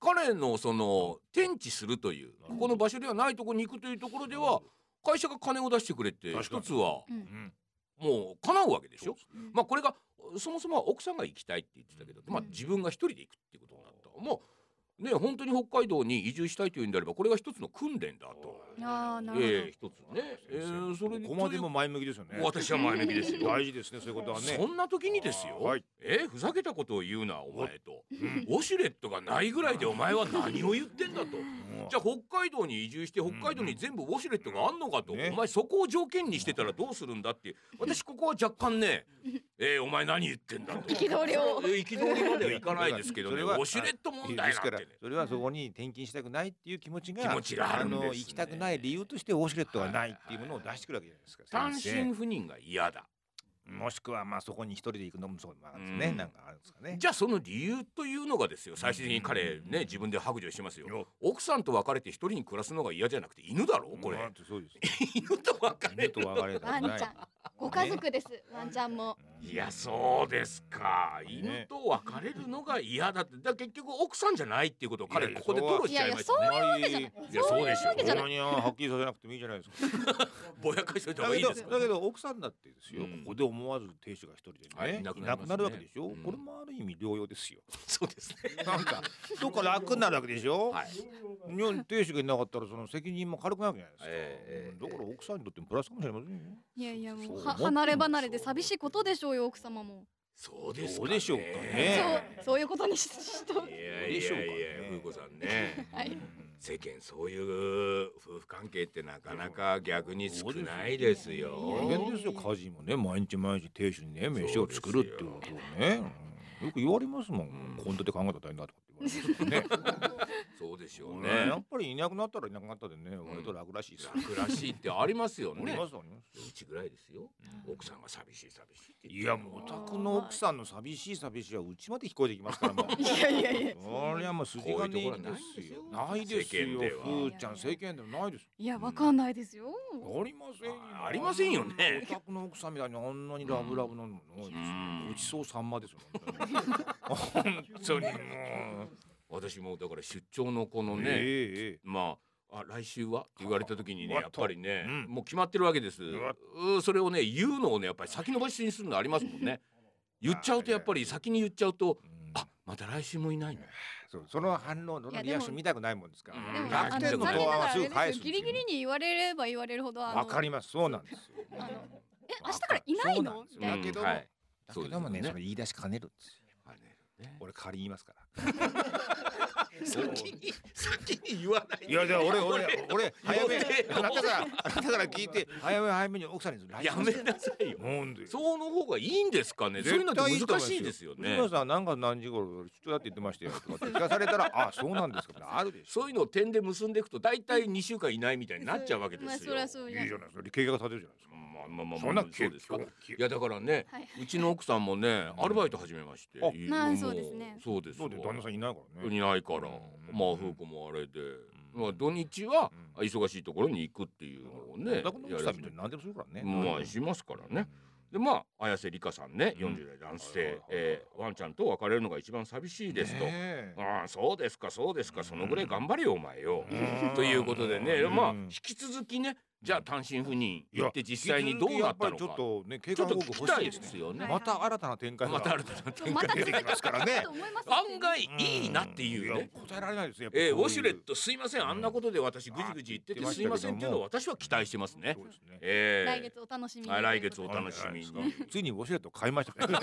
Speaker 1: 彼のその転地するというここの場所ではないところに行くというところでは会社が金を出してくれって
Speaker 2: 確か
Speaker 1: 一
Speaker 2: に
Speaker 1: つは
Speaker 4: うん
Speaker 2: うん
Speaker 1: もう叶うわけでしょ
Speaker 4: うん
Speaker 1: まあこれがそもそもは奥さんが行きたいって言ってたけど、まあ
Speaker 4: うん
Speaker 1: 自分が一人で行くっていうことになった。もうね本当に北海道に移住したいというんであればこれが一つの訓練だと。
Speaker 4: ああなるほど、
Speaker 1: ええ一つね。えー、それ
Speaker 2: ここまでも前向きですよね。
Speaker 1: 私は前向きですよ。
Speaker 2: 大事ですね、そういうことはね。
Speaker 1: そんな時にですよ。
Speaker 2: はい
Speaker 1: えーふざけたことを言うなお前と。
Speaker 2: うん
Speaker 1: ウォシュレットがないぐらいでお前は何を言ってんだ と。
Speaker 2: うん
Speaker 1: じゃあ北海道に移住して北海道に全部ウォシュレットがあんのかと、
Speaker 2: うんね
Speaker 1: お前そこを条件にしてたらどうするんだっていう私ここは若干ね 「えー、お前何言ってんだ」と
Speaker 4: 憤りを
Speaker 1: えー憤りまではいかないですけどね
Speaker 2: そ
Speaker 1: ウ
Speaker 2: れは
Speaker 1: ォシュレット問題
Speaker 2: で
Speaker 1: な
Speaker 2: す
Speaker 1: ん
Speaker 2: か
Speaker 1: て
Speaker 2: ら
Speaker 1: ね
Speaker 2: それはそこに転勤したくないっていう気持ちが
Speaker 1: 気持ちがあるんですね
Speaker 2: の行きたくない理由としてウォシュレットがないっていうものを出してくるわけじゃないですか
Speaker 1: 単
Speaker 2: 先
Speaker 1: 身赴任が嫌だ
Speaker 2: 生もしくはまあそこに一人で行くのもそうなんです
Speaker 1: う
Speaker 2: ね
Speaker 1: ん
Speaker 2: なんかあるんですかね
Speaker 1: じゃあその理由というのがですよ最終的に彼
Speaker 2: うん
Speaker 1: ね自分で白状してますよ
Speaker 2: よ
Speaker 1: 奥さんと別れて一人に暮らすのが嫌じゃなくて犬だろこれ
Speaker 2: うんそうです
Speaker 1: 犬と別れ
Speaker 2: 犬
Speaker 1: る
Speaker 2: と別れた
Speaker 4: ワ
Speaker 2: く
Speaker 4: ン
Speaker 2: ない
Speaker 4: ちゃんご家族ですワンちゃんも
Speaker 1: いやそうですか
Speaker 2: ね
Speaker 1: 犬と別れるのが嫌だってだから結局奥さんじゃないっていうことを彼
Speaker 2: いやいや
Speaker 1: ここで
Speaker 2: そ
Speaker 1: 吐
Speaker 2: うは
Speaker 1: 露し
Speaker 4: い
Speaker 1: ち
Speaker 4: や
Speaker 1: ゃ
Speaker 4: い
Speaker 1: い
Speaker 4: や
Speaker 1: ました
Speaker 4: そう
Speaker 1: ね
Speaker 4: いうわけじゃないそ
Speaker 1: いやそうでしょ
Speaker 4: ういうわけじゃない
Speaker 2: そんなにはっきりさせなくてもいいじゃないですか
Speaker 1: ぼやかしといた
Speaker 2: だ
Speaker 1: 方が
Speaker 2: け
Speaker 1: いい
Speaker 2: ど
Speaker 1: ですか
Speaker 2: だけど奥さんだってですよ、
Speaker 1: うん
Speaker 2: ここで思わず亭主が一人でね、
Speaker 1: はい
Speaker 2: い
Speaker 1: いな
Speaker 2: な
Speaker 1: くなりますね
Speaker 2: くなるわけでしょ、
Speaker 1: うん
Speaker 2: これもある意味療養ですよ
Speaker 1: そうですね
Speaker 2: なんかどっか楽になるわけでしょ、
Speaker 1: はい
Speaker 2: 日本に亭主がいなかったらその責任も軽くなるじゃないですか、
Speaker 1: ええ
Speaker 2: うんだから奥さんにとってもプラスかもしれませんよ
Speaker 4: いやいやも
Speaker 2: そうう
Speaker 4: は離れ離れで寂しいことでしょうよ奥様も
Speaker 1: そうですか
Speaker 2: どうでしょうか
Speaker 4: そ
Speaker 2: ね
Speaker 4: う
Speaker 2: え
Speaker 4: そういうことにししと
Speaker 1: いやいやいや風子さんね
Speaker 4: はい
Speaker 1: 世間そういう夫婦関係ってなかなか逆に少ないですよ
Speaker 2: 大変ですよ家事もね毎日毎日亭主にね飯を作るっていうことをねうんよく言われますもん
Speaker 1: うん
Speaker 2: 献立、考えたら大変だとかって 言われますからね
Speaker 1: そうですよ
Speaker 2: これや
Speaker 1: ね
Speaker 2: っぱりいなくなったらいなくなったでね割と楽らしいですよ、
Speaker 1: 楽らしいってありますよ
Speaker 2: あり
Speaker 1: ね
Speaker 2: ますあります
Speaker 1: うちぐらいですよ奥さんが寂しい寂しいって
Speaker 2: い
Speaker 1: 言
Speaker 2: や
Speaker 1: ってる
Speaker 2: も
Speaker 1: の
Speaker 2: うお
Speaker 1: は
Speaker 2: 宅の奥さんの寂しい寂しいはうちまで聞こえてきますからもう
Speaker 4: いやいやいや
Speaker 2: そりゃもう筋金入りですよ
Speaker 1: こ
Speaker 2: な
Speaker 1: うい
Speaker 2: い
Speaker 1: ところはないん
Speaker 2: う
Speaker 1: で
Speaker 2: ですす
Speaker 1: よ
Speaker 2: よ
Speaker 1: 世間では
Speaker 2: ふーちゃん世間でもないです
Speaker 4: いやわかんないですよ
Speaker 2: ありませんよ
Speaker 1: あありませんよね
Speaker 2: お宅の奥さんみたいにあんなにラブラブなのもないですよ
Speaker 1: うん
Speaker 2: ごちそうさんまですよ 本当に本当にもう
Speaker 1: 私もだから出張のこのね、
Speaker 2: ええええ
Speaker 1: まあ、あ来週はって言われた時にね
Speaker 2: あ
Speaker 1: やっぱりね、
Speaker 2: うん
Speaker 1: もう決まってるわけです
Speaker 2: うわ
Speaker 1: うんそれをね言うのをねやっぱり先延ばしにするのありますもん ね言っちゃうとやっぱり先に言っちゃうと
Speaker 2: うん
Speaker 1: あまた来週もいないの
Speaker 2: そうその反応そのリアクション見たくないもんですから
Speaker 1: うん
Speaker 4: でも
Speaker 1: 楽
Speaker 4: あの
Speaker 1: 天
Speaker 4: 残
Speaker 1: の
Speaker 4: 念なが
Speaker 1: 答案
Speaker 4: ら
Speaker 2: は
Speaker 4: あ
Speaker 2: す
Speaker 4: れで
Speaker 2: ぐ
Speaker 4: す
Speaker 2: 返
Speaker 4: よ
Speaker 2: すん
Speaker 4: ギ
Speaker 2: ですよ
Speaker 4: リギリに言われれば言われるほどあの
Speaker 2: わかりますそうなんですよ
Speaker 4: あのえ明日からいない
Speaker 2: そう
Speaker 4: の
Speaker 2: んです
Speaker 4: み
Speaker 2: よ
Speaker 4: たいな
Speaker 2: だけども
Speaker 1: うんはい
Speaker 2: だけどもねそれ言い出しかねるんですよ
Speaker 1: あねね
Speaker 2: 俺仮に言いますから
Speaker 1: 先に 先に言わない
Speaker 2: いやじゃあ俺俺俺早め
Speaker 1: 予定
Speaker 2: あなたからあなたから聞いて早め早めに奥さんに来
Speaker 1: や
Speaker 2: 週
Speaker 1: めなさいよ
Speaker 2: なんで
Speaker 1: そうの方がいいんですかねそういうのって難しいですよね
Speaker 2: 藤田さん何月何時頃出張だって言ってましたよとかって聞かされたら あそうなんですかあるでしょ
Speaker 1: そういうのを点で結んでいくと大体2週間いないみたいになっちゃうわけですよ
Speaker 4: まあそりゃそう
Speaker 2: いい
Speaker 4: じゃん
Speaker 2: じゃないですか計画立てるじゃないですか
Speaker 1: まあまあまあ
Speaker 2: そん
Speaker 1: ま
Speaker 2: な
Speaker 1: あそうですか
Speaker 2: きき
Speaker 1: いやだからね、
Speaker 4: はいう
Speaker 1: ちの奥さんもね、
Speaker 2: うん
Speaker 1: アルバイト始めまして。
Speaker 2: あ
Speaker 1: いい
Speaker 4: まあ
Speaker 1: も
Speaker 4: そうですね
Speaker 1: そうです
Speaker 2: そ
Speaker 1: よ。
Speaker 2: うで旦那さんいないからね
Speaker 1: いないから、
Speaker 2: うん
Speaker 1: まあ風子もあれで、
Speaker 2: うん
Speaker 1: まあ土日は
Speaker 2: うん
Speaker 1: 忙しいところに行くっていうのをね、
Speaker 2: お宅の奥さんみた
Speaker 1: や
Speaker 2: いに何でもするからね
Speaker 1: らまあしますからね。でまあ綾瀬理香さんね、40代男
Speaker 2: はいはい
Speaker 1: 性
Speaker 2: はい、
Speaker 1: えーワンちゃんと別れるのが一番寂しいですと。
Speaker 2: ねえ
Speaker 1: ああそうですかそうですかそのぐらい頑張れよお前よ
Speaker 2: うん。
Speaker 1: ということでね
Speaker 2: うん
Speaker 1: まあ引き続きねじゃあ単身赴任行って実際にどうなったの
Speaker 2: 引き続きやっぱりちょっ
Speaker 1: か
Speaker 2: とね警
Speaker 1: ちょっ
Speaker 2: 官
Speaker 1: と
Speaker 2: 報
Speaker 1: 聞
Speaker 2: 告
Speaker 1: き
Speaker 2: 欲
Speaker 1: た
Speaker 2: し
Speaker 1: い
Speaker 2: いで
Speaker 1: です
Speaker 2: ね
Speaker 1: すよね。
Speaker 3: はい
Speaker 2: また新たな展開が
Speaker 1: またあるだな
Speaker 4: そうまた
Speaker 2: 出てきますからね
Speaker 4: と思います
Speaker 1: 案外
Speaker 2: うん
Speaker 1: いいなっていうね。
Speaker 2: や答えられないですねやっぱ
Speaker 1: えー、ウ
Speaker 2: こういう
Speaker 1: ォシュレットすいませんあんなことで私
Speaker 2: うん
Speaker 1: ぐじぐじ言ってて
Speaker 2: あー
Speaker 1: すいませんっていうのを
Speaker 2: 言
Speaker 1: 私は期待してますね
Speaker 2: そう。ですね
Speaker 1: えー、
Speaker 4: 来月お楽しみに
Speaker 1: はい来月お
Speaker 4: というこ
Speaker 1: 楽しみに。
Speaker 2: ついにウォシュレット買いました ね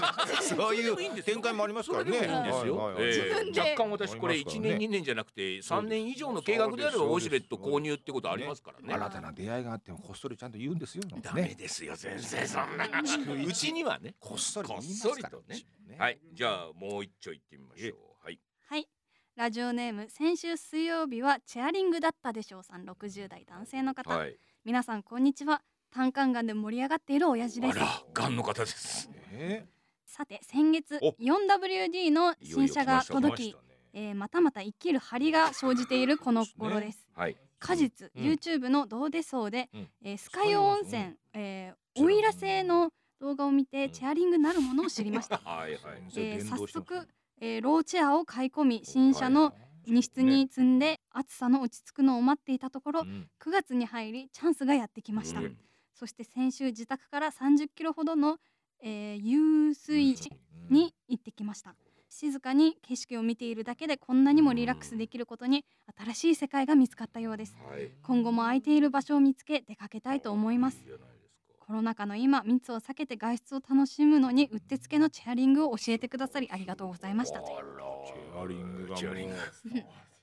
Speaker 1: そ
Speaker 2: そう
Speaker 1: れでもいいん
Speaker 2: い
Speaker 1: で
Speaker 2: う
Speaker 1: すよ
Speaker 2: 展開もありますからね
Speaker 1: それでもいいんですよ。
Speaker 2: はいはいはい
Speaker 1: え
Speaker 4: 自分
Speaker 1: ー
Speaker 4: で
Speaker 1: 若干私これ
Speaker 2: 思います
Speaker 1: 1
Speaker 2: から
Speaker 1: 年
Speaker 2: ね
Speaker 1: 2年じゃなくて3年以上の
Speaker 2: そうで
Speaker 1: 計
Speaker 2: す
Speaker 1: 画であればウ
Speaker 2: そう
Speaker 1: ォ
Speaker 2: です
Speaker 1: シュレット購入ってことありますからね
Speaker 2: 新。たな出会いがあってもこっそりちゃんと言うんですよ
Speaker 1: ダメ
Speaker 2: ね
Speaker 1: ですよ先生そんな。うちにはね。
Speaker 2: こっそり言いますから
Speaker 1: こっそりはい
Speaker 2: ね
Speaker 1: じゃあもう一丁行ってみましょう。はい。
Speaker 3: はいラジオネーム先週水曜日はチェアリングだったでしょうさん60代男性の方、
Speaker 1: はい。
Speaker 3: 皆さんこんにちは胆管がんで盛り上がっている親父で
Speaker 1: あ
Speaker 3: す
Speaker 1: ら癌の方です。
Speaker 2: え
Speaker 3: さて先月
Speaker 2: お
Speaker 3: 4WD の新車が
Speaker 1: いよいよ来
Speaker 3: 届きえーまたまた生きる張りが生じているこの頃です
Speaker 1: はい。
Speaker 3: 果実、
Speaker 2: うん
Speaker 3: YouTube のどうでそうで、
Speaker 2: うん
Speaker 3: えー、スカイオ温
Speaker 2: スカイ
Speaker 3: 泉、え
Speaker 2: 知
Speaker 3: ー、
Speaker 2: ら
Speaker 3: お
Speaker 2: ない
Speaker 3: いら製の動画を見てチェアリングなるものを知りま した、
Speaker 1: はいはい。
Speaker 2: それ
Speaker 3: えー
Speaker 2: 連動してますね
Speaker 3: 早速えーローチェアを買い込み新車の荷室に積んで暑さの落ち着くのを待っていたところ
Speaker 1: うん
Speaker 3: 9月に入りチャンスがやってきました、
Speaker 1: うん
Speaker 3: そして先週自宅から30キロほどの、えー湧水市に行ってきました静かに景色を見ているだけでこんなにもリラックスできることに新しい世界が見つかったようです
Speaker 1: はい。
Speaker 3: 今後も空いている場所を見つけ出かけたいと思います
Speaker 1: じゃないですか
Speaker 3: コロナ禍の今密を避けて外出を楽しむのにうってつけのチェアリングを教えてくださりありがとうございましたという
Speaker 2: チェアリングがもう
Speaker 1: チェアリング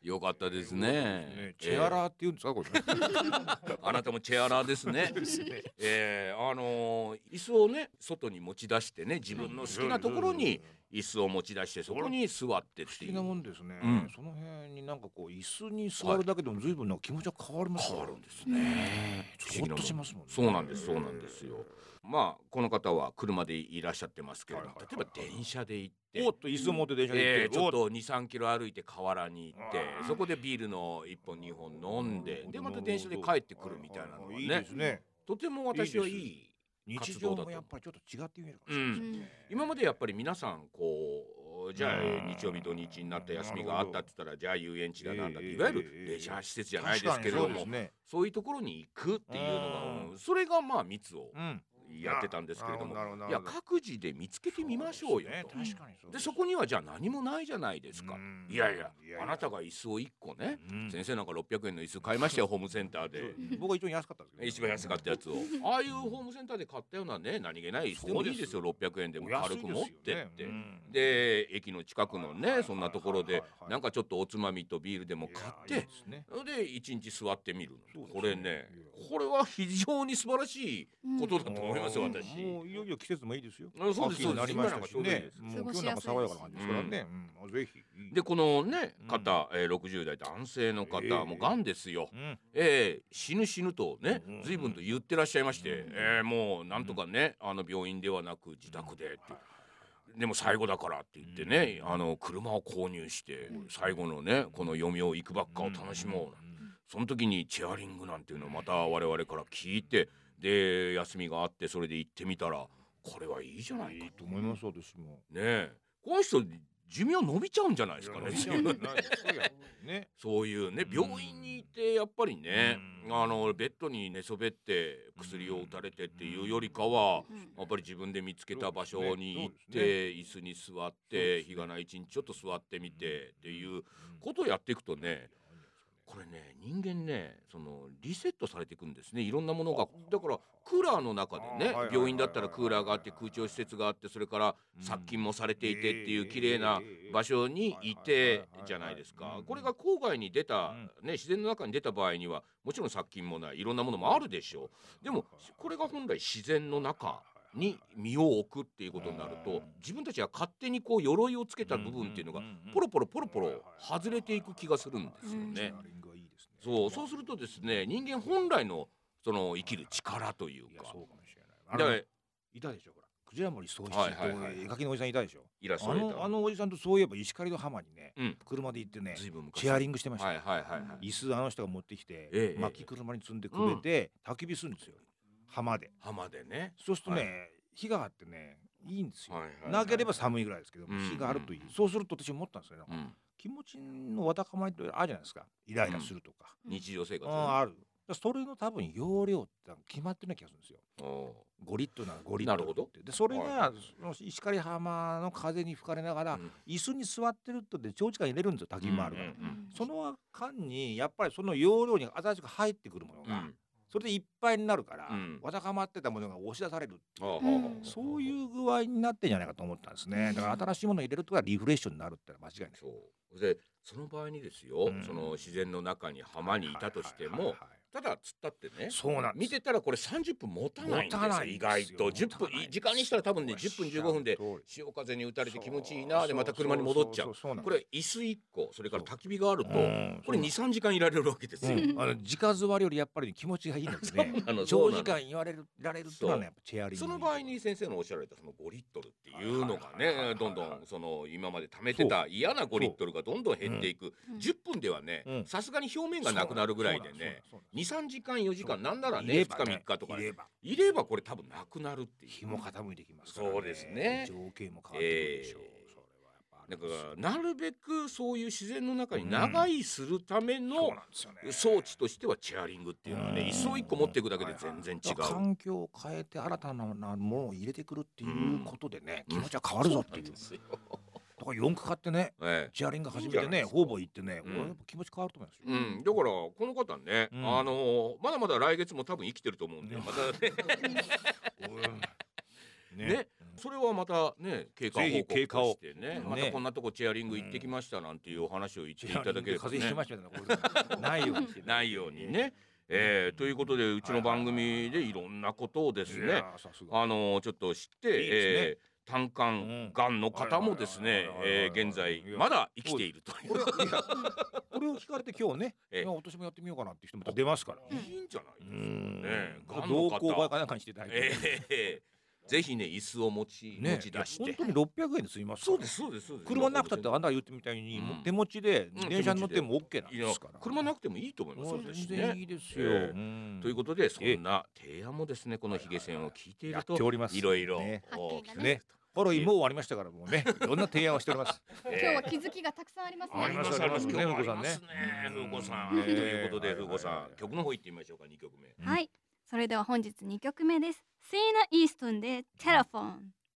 Speaker 1: よかったですね。
Speaker 2: チェアラーって言うんですかこれ。
Speaker 1: えーあなたもチェアラーです ね。 えーあのー椅子をね外に持ち出してね自分の好きなところに椅子を持ち出してそこに座ってっ
Speaker 2: 不
Speaker 1: て
Speaker 2: 思
Speaker 1: いう。
Speaker 2: 議なもんですね、
Speaker 1: うん
Speaker 2: その辺になんかこう椅子に座るだけでも随分なんか気持ちが変わります
Speaker 1: 変わるん
Speaker 2: で
Speaker 1: ですね。不
Speaker 2: ほ
Speaker 1: 思議
Speaker 2: っ
Speaker 1: なもん
Speaker 2: としますもんね
Speaker 1: そうなんですそうなんですよ。まあこの方は車でいらっしゃってますけれども
Speaker 2: はいはい
Speaker 1: 例えば
Speaker 2: はいはい
Speaker 1: 電車で行って
Speaker 2: おっと椅子持って電車で
Speaker 1: え
Speaker 2: 行
Speaker 1: え
Speaker 2: って、
Speaker 1: ちょっ
Speaker 2: お
Speaker 1: と23キロ歩いて河原に行って
Speaker 2: うん
Speaker 1: そこでビールの1本2本飲んででまた電車で帰ってくるみたいなのは
Speaker 2: はいはいいい
Speaker 1: ね
Speaker 2: ですね
Speaker 1: とても私はい
Speaker 2: い
Speaker 1: い
Speaker 2: 日
Speaker 1: 活動
Speaker 2: 常
Speaker 1: だと
Speaker 2: もやっぱりちょっと違って見えるかもしれないですね、
Speaker 1: 今までやっぱり皆さんこうじゃあ
Speaker 2: うん
Speaker 1: 日曜日土日になった休みがあったって言ったらじゃあ遊園地だなんだっ
Speaker 2: え
Speaker 1: て
Speaker 2: え
Speaker 1: いわゆるレジャー施設じゃないですけれど
Speaker 2: 確か
Speaker 1: も
Speaker 2: にそうですね
Speaker 1: そういうところに行くっていうのが
Speaker 2: うん
Speaker 1: うんそれがまあ密を
Speaker 2: うん
Speaker 1: やってたんですけれども
Speaker 2: なるほどないる
Speaker 1: や
Speaker 2: ほど
Speaker 1: 各自で見つけてみましょうよ
Speaker 2: そ
Speaker 1: と
Speaker 2: ですね確かにそう
Speaker 1: でそこにはじゃあ何もないじゃないですか
Speaker 2: うん
Speaker 1: いやいや
Speaker 2: いやいや
Speaker 1: あなたが椅子を1個ね
Speaker 2: うん
Speaker 1: 先生なんか600円の椅子買いましたよホームセンターで
Speaker 2: そう僕は一番安かったんですけど
Speaker 1: 一番安かったやつをああいうホームセンターで買ったようなね何気ない椅子でもいいですよ600円でも軽く持ってって。で駅の近くの
Speaker 2: はいはいはいはいは
Speaker 1: ね
Speaker 2: い
Speaker 1: そんなところでなんかちょっとおつまみとビールでも買ってで一日座ってみる
Speaker 2: そうですね
Speaker 1: これね
Speaker 2: いや
Speaker 1: これは非常に素晴らしいことだと思いますよ
Speaker 2: よ
Speaker 1: 私
Speaker 2: もういよいよ季節もいいですよ
Speaker 1: あそうです
Speaker 2: 秋になりましたし
Speaker 1: そう
Speaker 2: ね
Speaker 1: です
Speaker 2: も
Speaker 4: 過
Speaker 2: う今
Speaker 4: ご
Speaker 2: 日
Speaker 4: し
Speaker 2: なん
Speaker 4: や
Speaker 2: か
Speaker 4: すいです
Speaker 2: 爽やかな感じですからねうんあぜひ
Speaker 1: でこのね
Speaker 2: うん
Speaker 1: 方、えー60代男性の方、
Speaker 2: ええ
Speaker 1: もうがんですよ、
Speaker 2: うん
Speaker 1: えー死ぬ死ぬとね
Speaker 2: うん
Speaker 1: 随分と言ってらっしゃいまして、
Speaker 2: うん
Speaker 1: えーもうなんとかね、あの病院ではなく自宅でって、でも最後だからって言ってね、
Speaker 2: うん
Speaker 1: あの車を購入して
Speaker 4: うん
Speaker 1: 最後のねこの余命行くばっかを楽しもう、その時にチェアリングなんていうのをまた我々から聞いてで休みがあってそれで行ってみたらこれはいいじゃないか
Speaker 2: いいと思います私も
Speaker 1: ねえこの人寿命伸びちゃうんじゃないですかね
Speaker 2: いや
Speaker 1: 随
Speaker 2: いや
Speaker 1: 分
Speaker 2: いやね
Speaker 1: そういうね
Speaker 2: うん
Speaker 1: 病院に行ってやっぱりね、
Speaker 2: うん
Speaker 1: あのベッドに寝そべって薬を打たれてっていうよりかは、やっぱり自分で見つけた場所に行っ
Speaker 2: そう
Speaker 1: て、椅子に座って、
Speaker 2: そうですね
Speaker 1: 日がない一日ちょっと座ってみてっていうことをやっていくとねこれね人間ねそのリセットされていくんですねいろんなものがだからクーラーの中で
Speaker 2: あーはい
Speaker 1: ね
Speaker 2: はいはいはい
Speaker 1: 病院だったらクーラーがあって空調施設があってそれから
Speaker 2: うん
Speaker 1: 殺菌もされていてってい
Speaker 2: え
Speaker 1: う
Speaker 2: え
Speaker 1: 綺麗な
Speaker 2: ええ
Speaker 1: 場所にいてじゃないです
Speaker 2: はいはいはい
Speaker 1: か
Speaker 2: はいうん
Speaker 1: これが郊外に出た
Speaker 2: うん
Speaker 1: ね自然の中に出た場合にはもちろん殺菌もないいろんなものもあるでしょうでもこれが本来自然の中に身を置くっていうことになると自分たちが勝手にこう鎧をつけた部分っていうのがポロポロポロポロ外れていく気がするんですよね。そうそうするとですね人間本来のその生きる力という
Speaker 2: いや
Speaker 1: か
Speaker 2: そうかもしれないあ
Speaker 1: だ
Speaker 2: の
Speaker 1: から
Speaker 2: いたでしょほらクジラ森総一
Speaker 1: はい
Speaker 2: っ
Speaker 1: はいはい
Speaker 2: て絵描きのおじさんいたでしょ
Speaker 1: イラス
Speaker 2: あ
Speaker 1: トレータ
Speaker 2: の
Speaker 1: ー
Speaker 2: あ
Speaker 1: の
Speaker 2: のおじさんとそういえば石狩の浜にね
Speaker 1: うん
Speaker 2: 車で行ってね
Speaker 1: 随分昔
Speaker 2: チェアリングしてました
Speaker 1: はい
Speaker 2: よ
Speaker 1: はいはいはい
Speaker 2: 椅子あの人が持ってきて、
Speaker 1: ええ
Speaker 2: 薪車に積んでくれて、焚き火するんですよ浜で
Speaker 1: 浜でね
Speaker 2: そうするとね、
Speaker 1: は
Speaker 2: 火があってねいいんですよ、
Speaker 1: はいはいはい
Speaker 2: なければ寒いぐらいですけど、
Speaker 1: うん
Speaker 2: 火があるといいそうすると私思ったんですよ、
Speaker 1: うん
Speaker 2: 気持ちのわだかまりってあるじゃないですかイライラするとか、
Speaker 1: 日常生活
Speaker 2: あああるそれの多分容量って決まってない気がするんですよ
Speaker 1: お
Speaker 2: 5リットルなら5リッ
Speaker 1: な
Speaker 2: トル
Speaker 1: るほど
Speaker 2: でそれ
Speaker 1: は
Speaker 2: がその石狩浜の風に吹かれながら、
Speaker 1: うん
Speaker 2: 椅子に座ってるとで長時間入れるんですよ焚き火もあるから、
Speaker 1: うん
Speaker 2: その間にやっぱりその容量に新しく入ってくるもの
Speaker 1: う
Speaker 2: が、
Speaker 1: ん
Speaker 2: それでいっぱいになるから、
Speaker 1: うん
Speaker 2: わだかまってたものが押し出されるっていう
Speaker 1: ああ
Speaker 4: うん
Speaker 2: そういう具合になってんじゃないかと思ったんですねだから新しいものを入れるとはリフレッシュになるってのは間違いない
Speaker 1: そうでその場合にですよ、
Speaker 2: うん
Speaker 1: その自然の中に浜にいたとしても、
Speaker 2: はいはいはいは
Speaker 1: ただ釣ったってね
Speaker 2: いそうなんで
Speaker 1: 見
Speaker 2: す
Speaker 1: てたらこれ30分持たないんです
Speaker 2: 持た
Speaker 1: よ
Speaker 2: ないん
Speaker 1: 意
Speaker 2: で
Speaker 1: 外
Speaker 2: すよ
Speaker 1: と10
Speaker 2: 持
Speaker 1: 分
Speaker 2: たないんですよ
Speaker 1: 時間にしたら多分ね
Speaker 2: おっしゃ
Speaker 1: 10分
Speaker 2: る
Speaker 1: 15分で
Speaker 2: 通り
Speaker 1: 潮風に打たれて気持ちいいなでまた車に戻っちゃう
Speaker 2: そそそなん
Speaker 1: こ
Speaker 2: です
Speaker 1: れ椅子一個それから焚き火があると
Speaker 2: うん
Speaker 1: これ23時間いられるわけですよ。
Speaker 2: うんあの直座りよりやっぱり気持ちがいいんですね
Speaker 1: そうなのそう
Speaker 2: 長
Speaker 1: な
Speaker 2: 時
Speaker 1: の
Speaker 2: 間言われるられるってのはねやっぱチェアリング
Speaker 1: その場合に先生のおっしゃられたその5リットルっていうのが
Speaker 2: はいはいはいは
Speaker 1: ね
Speaker 2: い
Speaker 1: どんどんその今まで貯めてた嫌な5リットルががどんどん減っていく、
Speaker 4: うん
Speaker 1: 10分ではね
Speaker 2: うん
Speaker 1: さすがに表面がなくなるぐらいでね
Speaker 2: そうなんです。
Speaker 1: 23時間4時間なんならね
Speaker 2: いれ
Speaker 1: 2
Speaker 2: ば
Speaker 1: 日3日とか
Speaker 2: いれば
Speaker 1: いればこれ多分なくなるってい
Speaker 2: 日
Speaker 1: う
Speaker 2: も傾いてきますから、ね。
Speaker 1: そうですね
Speaker 2: 情景も変わってくるでしょう。
Speaker 1: ええ
Speaker 2: それはやっぱあ
Speaker 1: だ
Speaker 2: る
Speaker 1: か
Speaker 2: んですよ
Speaker 1: らなるべくそういう自然の中に長居するため
Speaker 2: そう
Speaker 1: の
Speaker 2: なんですよね
Speaker 1: 装置としてはチェアリングっていうのはね
Speaker 2: うん
Speaker 1: 一層一個持っていくだけで全然違
Speaker 2: だから
Speaker 1: う。
Speaker 2: 環境を変えて新たなものを入れてくるっていうことでね、
Speaker 1: うん
Speaker 2: 気持ちは変わるぞっていう、だ
Speaker 1: ですよ
Speaker 2: から四駆買ってね
Speaker 1: ええ
Speaker 2: チェアリング
Speaker 1: い
Speaker 2: 始めて
Speaker 1: いんじゃない
Speaker 2: ね
Speaker 1: ですか
Speaker 2: 方々行ってね、
Speaker 1: うん
Speaker 2: 俺やっぱ気持ち変わると思いますよ、
Speaker 1: うん、だからこの方ね、
Speaker 2: うん
Speaker 1: あのまだまだ来月も多分生きてると思うんで、
Speaker 2: うん
Speaker 1: またね
Speaker 2: ね
Speaker 1: ねそれはまたね経過報
Speaker 2: ぜひ経
Speaker 1: 告
Speaker 2: 過
Speaker 1: と
Speaker 2: を
Speaker 1: してね
Speaker 2: うん
Speaker 1: また
Speaker 2: ね
Speaker 1: こんなとこチェアリング行ってきましたなんていうお話を言っていただければ、
Speaker 2: 風邪ひきま
Speaker 1: ね、
Speaker 2: したみたいなないようにしてね
Speaker 1: ないようにね、えーということでうちの番組でいろんなことをです
Speaker 2: いや
Speaker 1: ね
Speaker 2: ーさすが
Speaker 1: あのちょっと知って
Speaker 2: いいですね
Speaker 1: えー胆管がんの方もですね
Speaker 2: うん
Speaker 1: えー現在まだ生きているとい
Speaker 2: これ
Speaker 1: う
Speaker 2: をいやこれを聞かれて今日ね、
Speaker 1: ええ
Speaker 2: いや私もやってみようかなって人も出ますから、
Speaker 1: いいんじゃないですか
Speaker 2: ん
Speaker 1: ええ
Speaker 2: 同行会かなんかにしていただいて、
Speaker 1: えーぜひね椅子を持ち、持ち出して
Speaker 2: 本当に600円で済みますか
Speaker 1: そ
Speaker 2: ら
Speaker 1: うですそうですそうです
Speaker 2: 車なくたってあんたが言ってみたいに、
Speaker 1: うん
Speaker 2: もう手持ちで
Speaker 1: うん
Speaker 2: 電車に乗っても OK なん
Speaker 1: い
Speaker 2: で
Speaker 1: や
Speaker 2: すから、
Speaker 1: 車なくてもいいと思いますよ
Speaker 2: もう
Speaker 1: 私
Speaker 2: 全
Speaker 1: ね
Speaker 2: 然いいですよ、
Speaker 1: ええ
Speaker 2: うん
Speaker 1: ということでそんな提案もですねこのヒゲ線を聞いてい
Speaker 2: や
Speaker 1: る
Speaker 2: って
Speaker 1: と
Speaker 2: おります
Speaker 1: いろいろ
Speaker 2: ね
Speaker 1: お
Speaker 4: 発見が
Speaker 2: ねフォローもう終わりましたからもうねいろんな提案をしております
Speaker 1: え
Speaker 4: 今日は気づきがたくさんありますね。
Speaker 1: ありますあります
Speaker 2: ね
Speaker 1: 今日もありますね
Speaker 2: ふ
Speaker 1: 風
Speaker 2: うこ
Speaker 1: 子
Speaker 2: さ
Speaker 1: さ
Speaker 2: ん
Speaker 1: ん
Speaker 2: ね
Speaker 1: ということで
Speaker 2: ええ
Speaker 1: 風子
Speaker 2: はいはい
Speaker 1: さ
Speaker 2: はい
Speaker 1: ん曲の方行ってみましょうか二曲目
Speaker 3: はいそれでは本日2曲目です Sina Easton で Telephone